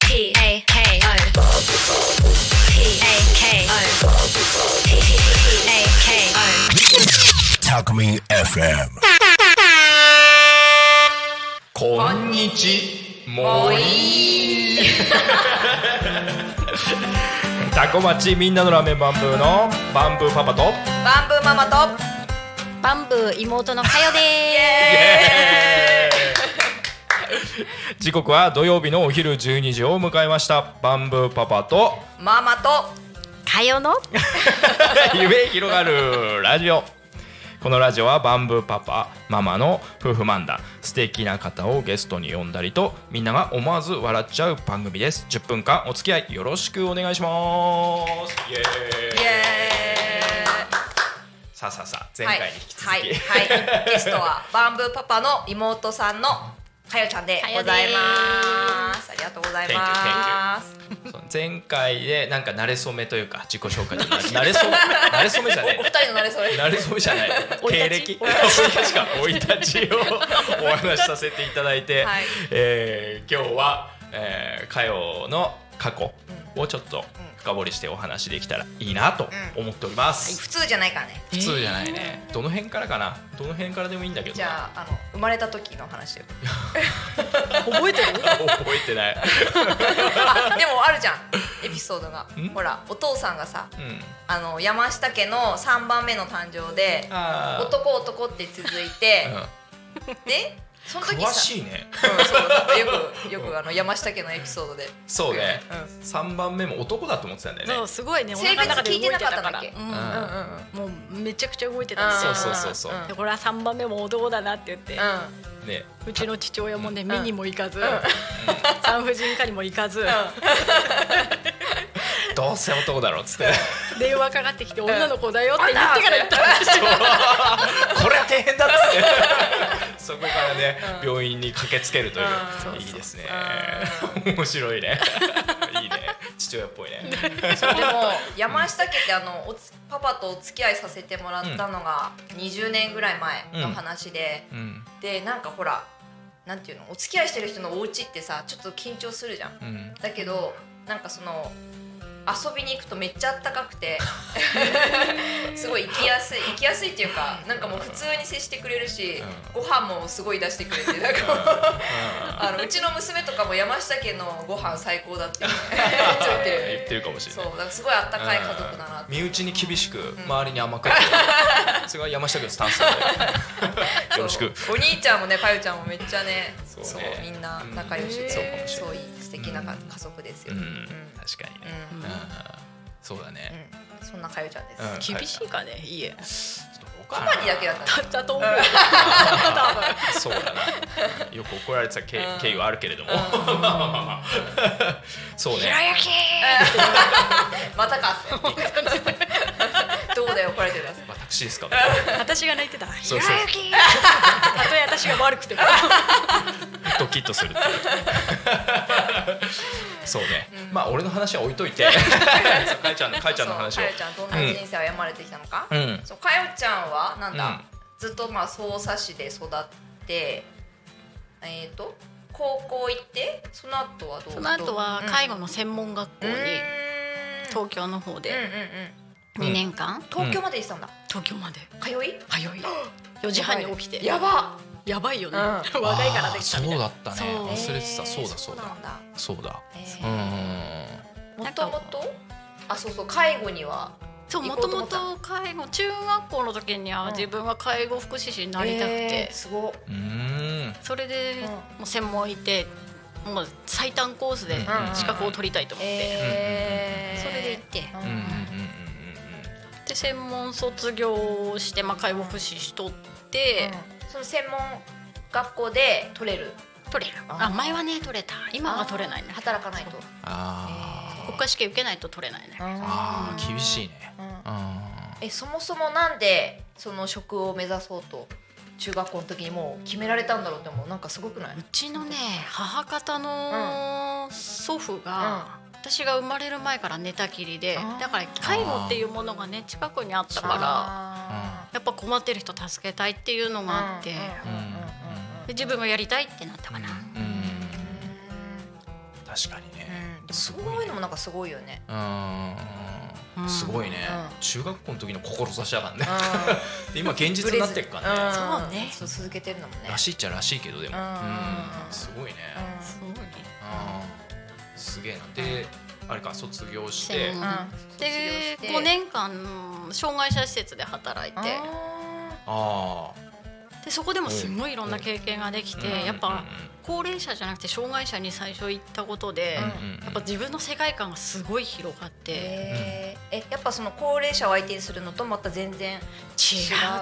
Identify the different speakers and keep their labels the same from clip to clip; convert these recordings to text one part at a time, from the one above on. Speaker 1: P A K O. P A K O. P A K O.
Speaker 2: Talkme FM.
Speaker 3: こんにちもい タコ町みんなのラーメンバンブーのバンブーパパと
Speaker 4: バンブーママと
Speaker 1: バンブー妹のかよで
Speaker 3: 時刻は土曜日のお昼12時を迎えましたバンブーパパと
Speaker 4: ママと
Speaker 1: ーす。かよの
Speaker 3: 夢広がるラジオこのラジオはバンブーパパママの夫婦漫談素敵な方をゲストに呼んだりとみんなが思わず笑っちゃう番組です10分間お付き合いよろしくお願いしますイエーイ
Speaker 4: イエ
Speaker 3: さあさあさあ
Speaker 4: ーイ
Speaker 3: 前回に引き続き、
Speaker 4: はい、はいはい、ゲストはバンブーパパの妹さんのかよちゃんでございますありがとうございます
Speaker 3: そう前回でなんか慣れ初めというか自己紹介とか慣れ初め慣れ初めじゃない
Speaker 4: お二人の慣れ それ
Speaker 3: 慣れ初めじゃ ない
Speaker 1: 生い立
Speaker 3: 経
Speaker 1: ち
Speaker 3: 歴 生い立ちか生い立ちをお話しさせていただいて、
Speaker 4: はい
Speaker 3: えー今日は、えー、かよの過去をちょっと深掘りしてお話できたらいいなと思っております、
Speaker 4: 普通じゃないからね
Speaker 3: 普通じゃないねどの辺からかなどの辺からでもいいんだけど
Speaker 4: じゃああの生まれた時の 話よ
Speaker 3: 覚えてる覚えてない
Speaker 4: あでもあるじゃんエピソードが
Speaker 3: ん
Speaker 4: ほらお父さんがさ
Speaker 3: うん
Speaker 4: あの山下家の3番目の誕生で
Speaker 3: あー
Speaker 4: 男男って続いて
Speaker 3: うん
Speaker 4: でその時
Speaker 3: 詳
Speaker 4: さ
Speaker 3: しいね
Speaker 4: うんそうなんかよくよくあの山下家のエピソードで
Speaker 3: そうね、
Speaker 4: う
Speaker 3: 三番目も男だと思ってたんだよね
Speaker 5: そうすごいね
Speaker 4: 性別聞いてなかったんだっけ
Speaker 5: お腹の中で動いてた
Speaker 4: うんうんうん
Speaker 5: からもうめちゃくちゃ動いてたんです
Speaker 3: そ
Speaker 5: よ
Speaker 3: うそうそうそう
Speaker 5: でこれは3番目も男だなって言って、う
Speaker 4: う
Speaker 3: ね
Speaker 5: ちの父親もね
Speaker 4: ん
Speaker 5: 見にも行かず、産婦人科にも行かず、
Speaker 3: どうせ男だろっつって
Speaker 5: 電話かかってきて女の子だよって言ってから行ったんですよ
Speaker 3: これは大変だっつってそこからね、病院に駆けつけるという、いいですね面白いね いいね父親っぽいね
Speaker 4: んでも山下家ってあのおつパパとお付き合いさせてもらったのが20年ぐらい前の話で、
Speaker 3: うん
Speaker 4: でなんかほらなんていうのお付き合いしてる人のお家ってさちょっと緊張するじゃん
Speaker 3: う。ん
Speaker 4: だけどなんかその遊びに行くとめっちゃあったかくてすごい行きやすい行きやすいっていうかなんかもう普通に接してくれるし、ご飯もすごい出してくれてなんかもうあのうちの娘とかも山下家のご飯最高だって 言って
Speaker 3: 言
Speaker 4: る
Speaker 3: ってるかもしれ
Speaker 4: そ
Speaker 3: な
Speaker 4: う
Speaker 3: い
Speaker 4: だからすごいあったかい家族だなって
Speaker 3: 身内に厳しく、周りに甘くやってるそれが山下君のスタン スなんでよろしく
Speaker 4: そうお兄ちゃんもねかゆちゃんもめっちゃね
Speaker 3: そ
Speaker 4: そうう
Speaker 3: ね
Speaker 4: みんな仲良
Speaker 3: う
Speaker 4: しで
Speaker 3: んそうかもしれ
Speaker 4: そ
Speaker 3: な
Speaker 4: ういい素敵なか家族ですよ、
Speaker 3: う、
Speaker 4: うんん
Speaker 3: 確かにね、
Speaker 4: う
Speaker 3: うんんそうだね、
Speaker 4: そんなかゆちゃんです、
Speaker 3: うん
Speaker 5: 厳しいかね家
Speaker 3: パ
Speaker 4: パパにだけだったんです
Speaker 5: だったと思う
Speaker 3: そうだなよく怒られてた経経緯はあるけれども そうね
Speaker 4: またか って。どこだよ怒られてるやつ。
Speaker 3: 私ですか
Speaker 5: 私が泣いてたた
Speaker 3: そうそう
Speaker 5: とえ私が悪くても
Speaker 3: ドキッとするっていうそうね、まあ俺の話は置いといてそうかえちゃんのかえちゃんの話を
Speaker 4: そうかよちゃんどんな人生を歩まれてきたのか。
Speaker 3: うん
Speaker 4: そうかよちゃんはなんだ、
Speaker 3: うん
Speaker 4: ずっとまあ匝瑳市で育って、えっ、と高校行ってその後はどう？
Speaker 5: その後は
Speaker 4: どう
Speaker 5: 介護の専門学校
Speaker 4: う
Speaker 5: に
Speaker 4: ん
Speaker 5: 東京の方
Speaker 4: うんうん
Speaker 5: で
Speaker 4: うん
Speaker 5: 2年間
Speaker 4: 東京まで行ってたんだ。
Speaker 5: 東京まで
Speaker 4: 通い？
Speaker 5: 通い4時半に起きて
Speaker 4: やば。
Speaker 5: やばいよね、
Speaker 4: うん
Speaker 5: 若いからできた
Speaker 3: そ
Speaker 5: みたいうな
Speaker 3: だったね
Speaker 5: そう
Speaker 3: 忘れてた
Speaker 4: えー
Speaker 3: そうだそうだ
Speaker 4: なんだ。
Speaker 3: そうだ
Speaker 4: え
Speaker 3: う
Speaker 4: ー
Speaker 3: んうん
Speaker 4: もともとあそうそう介護には
Speaker 5: そう
Speaker 4: 行
Speaker 5: も
Speaker 4: こうと
Speaker 5: と
Speaker 4: 思
Speaker 5: も
Speaker 4: った
Speaker 5: と介護中学校の時には、
Speaker 4: うん
Speaker 5: 自分は介護福祉士になりたくて
Speaker 4: えー、すごっ。
Speaker 3: うんうん
Speaker 5: それで、
Speaker 4: うん
Speaker 5: もう専門行ってもう最短コースで
Speaker 3: うん
Speaker 5: 資格を取りたいと思って、
Speaker 4: えー
Speaker 5: それで行って、
Speaker 4: うん
Speaker 3: うんうんうんうん
Speaker 5: で専門卒業して、まあ、介護福祉士取って、
Speaker 4: その専門学校で取れる
Speaker 5: 取れる
Speaker 4: あー
Speaker 5: あ前はね取れた今は取れないね
Speaker 4: 働かないと
Speaker 3: あー
Speaker 5: 国家試験受けないと取れないね
Speaker 3: あー厳しいね
Speaker 4: うん
Speaker 3: あ
Speaker 4: えそもそもなんでその職を目指そうと中学校の時にもう決められたんだろうってもうなんかすごくないう
Speaker 5: ちのね母方の祖父が、私が生まれる前から寝たきりで
Speaker 4: あー
Speaker 5: だから介護っていうものがね近くにあったから
Speaker 4: あ
Speaker 5: やっぱ困ってる人助けたいっていうの
Speaker 4: ー
Speaker 5: があって、
Speaker 4: うんうんうんうん
Speaker 5: で自分がやりたいってなったかな、
Speaker 3: うん
Speaker 4: うん
Speaker 3: 確確かにね
Speaker 4: うん、でもそういうのもなんかすごいよね。
Speaker 3: う
Speaker 5: うんん
Speaker 3: すごいね
Speaker 4: うん
Speaker 3: 中学校の時の志だからね
Speaker 4: う
Speaker 3: で今現
Speaker 4: ん、
Speaker 3: 実になってくからね
Speaker 4: ブレずん
Speaker 5: そうね
Speaker 4: そう続けてるのもね。
Speaker 3: らしいっちゃらしいけどでも
Speaker 4: う
Speaker 3: うんんすごいね
Speaker 4: うん
Speaker 5: すごいね
Speaker 3: うんすげえなであれか卒業して
Speaker 5: 専
Speaker 4: う
Speaker 5: 門
Speaker 4: ん卒業
Speaker 5: で
Speaker 4: して
Speaker 5: 5年間障害者施設で働いて
Speaker 4: あ
Speaker 3: ああ
Speaker 5: でそこでもすごいいろんな経験ができて、やっぱ高齢者じゃなくて障害者に最初行ったことで、
Speaker 4: うん
Speaker 5: やっぱ自分の世界観がすごい広がって
Speaker 4: ー、へーえやっぱその高齢者を相手にするのとまた全然
Speaker 5: 違う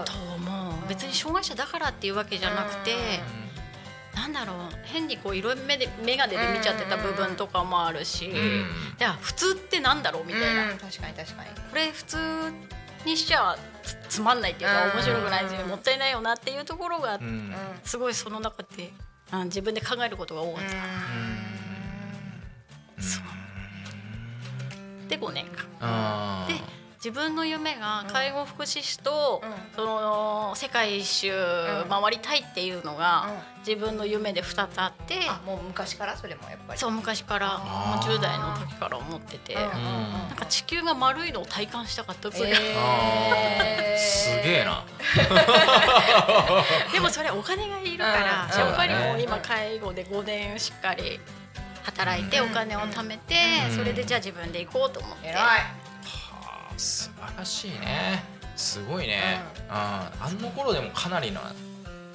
Speaker 5: と思う別に障害者だからっていうわけじゃなくて、なんだろう変にこう色目で眼鏡で見ちゃってた部分とかもあるし、
Speaker 3: うんうん
Speaker 5: いや普通ってなんだろうみたいな、
Speaker 4: うん確かに確かに
Speaker 5: これ普通にしちゃつつまんないっていうか
Speaker 4: うん
Speaker 5: 面白くないしもったいないよなっていうところが
Speaker 3: うんうん
Speaker 4: うん
Speaker 5: すごいその中で、あ自分で考えることが多かった、で5年間
Speaker 3: あー
Speaker 5: で自分の夢が介護福祉士と、
Speaker 4: うん
Speaker 5: その世界一周回りたいっていうのが、自分の夢で2つあって、
Speaker 4: あもう昔からそれもやっぱり
Speaker 5: そう昔からもう
Speaker 3: あー
Speaker 5: 10代の時から思ってて、
Speaker 4: うんうん
Speaker 5: な
Speaker 4: うん
Speaker 3: なん
Speaker 5: か地球が丸いのを体感したかったそれが
Speaker 4: えー
Speaker 3: すげえな
Speaker 5: でもそれお金がいるから、
Speaker 4: うん
Speaker 5: やっぱり
Speaker 3: そうだ
Speaker 5: もう
Speaker 3: ね
Speaker 5: 今介護で5年しっかり働いて
Speaker 4: うん
Speaker 5: お金を貯めて、
Speaker 3: うん
Speaker 5: それでじゃあ自分で行こうと思って、
Speaker 4: 偉い
Speaker 3: はあ素晴らしいねすごいね、あああの頃でもかなりな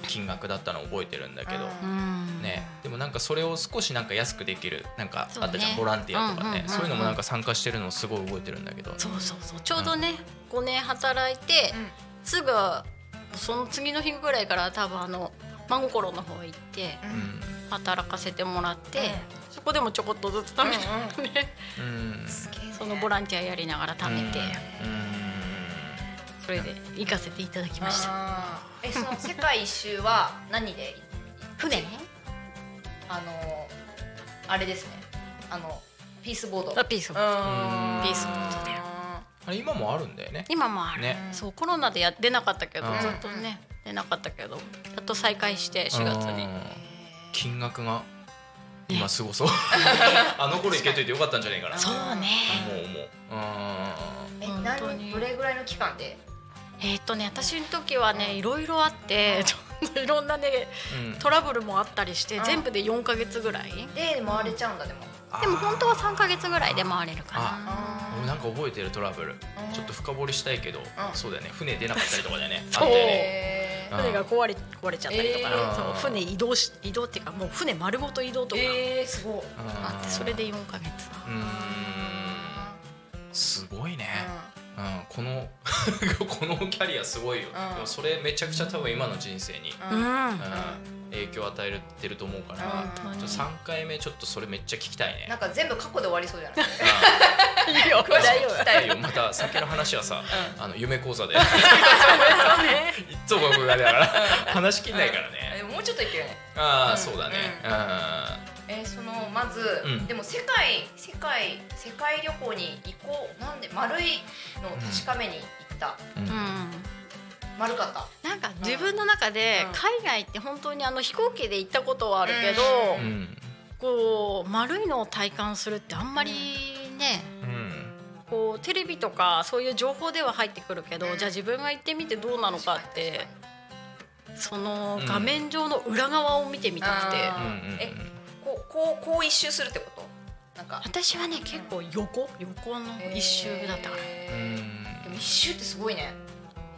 Speaker 3: 金額だったのを覚えてるんだけど、
Speaker 4: うん
Speaker 5: うん
Speaker 3: ね、でもなんかそれを少しなんか安くできるなんか
Speaker 5: そう
Speaker 3: あ
Speaker 5: ね
Speaker 3: ったじゃん、ボランティアとかね、
Speaker 5: うんうんうんうん
Speaker 3: そういうのもなんか参加してるのをすごい覚えてるんだけど
Speaker 5: そうそうそうちょうどね、5年働いて、すぐその次の日ぐらいから多分あの真心の方行って
Speaker 4: う
Speaker 3: うん
Speaker 4: うん
Speaker 3: ん
Speaker 5: 働かせてもらって、
Speaker 4: うん
Speaker 5: そこでもちょこっとずつ貯めて、
Speaker 4: う
Speaker 5: ね
Speaker 3: うん
Speaker 4: すげえね
Speaker 5: そのボランティアやりながら貯めて、
Speaker 3: うん
Speaker 5: それで行かせていただきました
Speaker 4: あーえその世界一周は何で
Speaker 5: 船
Speaker 4: あのあれですねあのピースボード
Speaker 5: あピースボード
Speaker 4: うん
Speaker 3: ピ
Speaker 5: ースボードだよ
Speaker 3: あれ今もあるんだよね
Speaker 5: 今もある、
Speaker 3: ね
Speaker 5: そうコロナでやってなかったけど
Speaker 3: うん
Speaker 5: ずっとね出なかったけどやっと再開して4月に
Speaker 3: うん
Speaker 4: え
Speaker 3: 金額が今す ごそうあの頃行けといてよかったんじゃないかな
Speaker 4: ー
Speaker 5: そうね
Speaker 3: 思う思ううん
Speaker 4: え
Speaker 5: 本当
Speaker 4: 何
Speaker 5: に
Speaker 4: どれぐらいの期間で
Speaker 5: えーっとね私の時はねいろいろあってちょっといろんなね
Speaker 3: うん
Speaker 5: トラブルもあったりして
Speaker 4: うん
Speaker 5: 全部で4か月ぐらい
Speaker 4: で回れちゃうんだでも
Speaker 5: でも本当は3か月ぐらいで回れるかな
Speaker 4: あ
Speaker 3: 俺なんか覚えてるトラブルちょっと深掘りしたいけど
Speaker 4: ん
Speaker 3: そうだよね船出なかったりとかだよねあった
Speaker 5: そう
Speaker 3: よね
Speaker 4: へ
Speaker 3: うん
Speaker 5: 船が壊れ壊れちゃったりとか、
Speaker 4: えー
Speaker 5: そう船移動し移動っていうかもう船丸ごと移動と
Speaker 4: ー
Speaker 5: か
Speaker 4: えーすごい
Speaker 5: あってそれで4か月
Speaker 3: うーんすごいねうんこの このキャリアすごいよ
Speaker 4: ん
Speaker 3: でもそれめちゃくちゃ多分今の人生に
Speaker 4: う
Speaker 5: うんん、
Speaker 4: うん
Speaker 5: 本
Speaker 3: うん影響を与えてると思うから
Speaker 5: 当
Speaker 3: ちょ
Speaker 5: に
Speaker 3: っと3回目ちょっとそれめっちゃ聞きたいね
Speaker 4: なんか全部過去で終わりそうじゃない
Speaker 5: いいよ
Speaker 3: うん
Speaker 5: 大 丈
Speaker 3: 聞きたいよまた先の話はさあの夢講座でい
Speaker 5: 夫ね
Speaker 3: つも僕がだから話しきんないからね
Speaker 4: えもうちょっといけるね
Speaker 3: あ
Speaker 4: う
Speaker 3: あ
Speaker 4: ん
Speaker 3: そうだね
Speaker 4: うえーそのまず
Speaker 3: うん
Speaker 4: でも世界世界世界旅行に行こうなんで丸いのを確かめに行った
Speaker 3: うん
Speaker 5: う
Speaker 3: うん
Speaker 5: ん
Speaker 4: 丸かった
Speaker 5: なんか自分の中で
Speaker 4: うん
Speaker 5: 海外って本当にあの飛行機で行ったことはあるけど、
Speaker 4: う
Speaker 3: うん
Speaker 5: こう丸いのを体感するってあんまりね
Speaker 3: うん
Speaker 5: こうテレビとかそういう情報では入ってくるけど、
Speaker 4: うん
Speaker 5: じゃあ自分が行ってみてどうなのかって
Speaker 4: 確かに
Speaker 5: その画面上の裏側を見てみたくて、
Speaker 4: うんあ
Speaker 3: うん
Speaker 4: ー
Speaker 3: うんうん
Speaker 4: えこうこうこう一周するってことなんか
Speaker 5: 私はね結構横横の一周だったから、
Speaker 4: へ
Speaker 3: う
Speaker 4: ー
Speaker 3: ん
Speaker 4: でも一周ってすごいね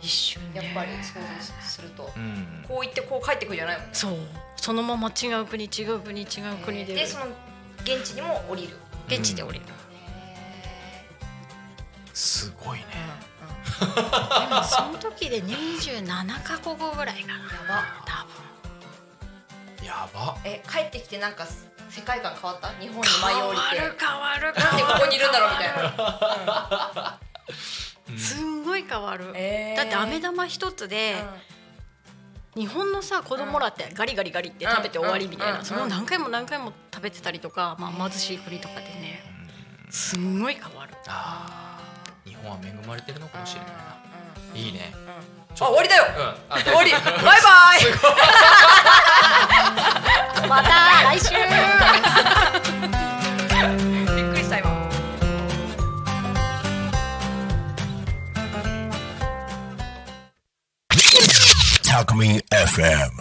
Speaker 5: 一周ね
Speaker 4: やっぱり想像すると
Speaker 3: うん
Speaker 4: こう行ってこう帰ってくるじゃないもんね
Speaker 5: そうそのまま違う国違う国違う国で,、
Speaker 4: でその現地にも降りる
Speaker 5: 現地で降りる、
Speaker 3: すごいね
Speaker 5: でもその時で27か国ぐらいか
Speaker 4: や
Speaker 5: な
Speaker 4: ば
Speaker 5: 多
Speaker 3: やば
Speaker 4: え帰ってきてなんか世界観変わった日本に
Speaker 5: 分
Speaker 4: 舞い降りて
Speaker 5: 変わる変
Speaker 4: な
Speaker 5: わる変
Speaker 4: んでこ
Speaker 5: わる
Speaker 4: こにいるんだろうみたいな
Speaker 3: うん
Speaker 5: すんごい変わる、
Speaker 4: えー
Speaker 5: だって飴玉一つで、日本のさ子供らってガリガリガリって食べて終わりみたいな、
Speaker 4: うん
Speaker 5: それを何回も何回も食べてたりとか、まあ、貧しい国とかでねすんごい変わる
Speaker 3: あー日本は恵まれてるのかもしれないないいね
Speaker 4: うんうんあ
Speaker 3: ちょっと
Speaker 4: 終わりだよ
Speaker 3: うんあ大丈
Speaker 4: 終
Speaker 3: 夫
Speaker 4: わりバイバイ
Speaker 5: また来週
Speaker 2: Talk Me FM.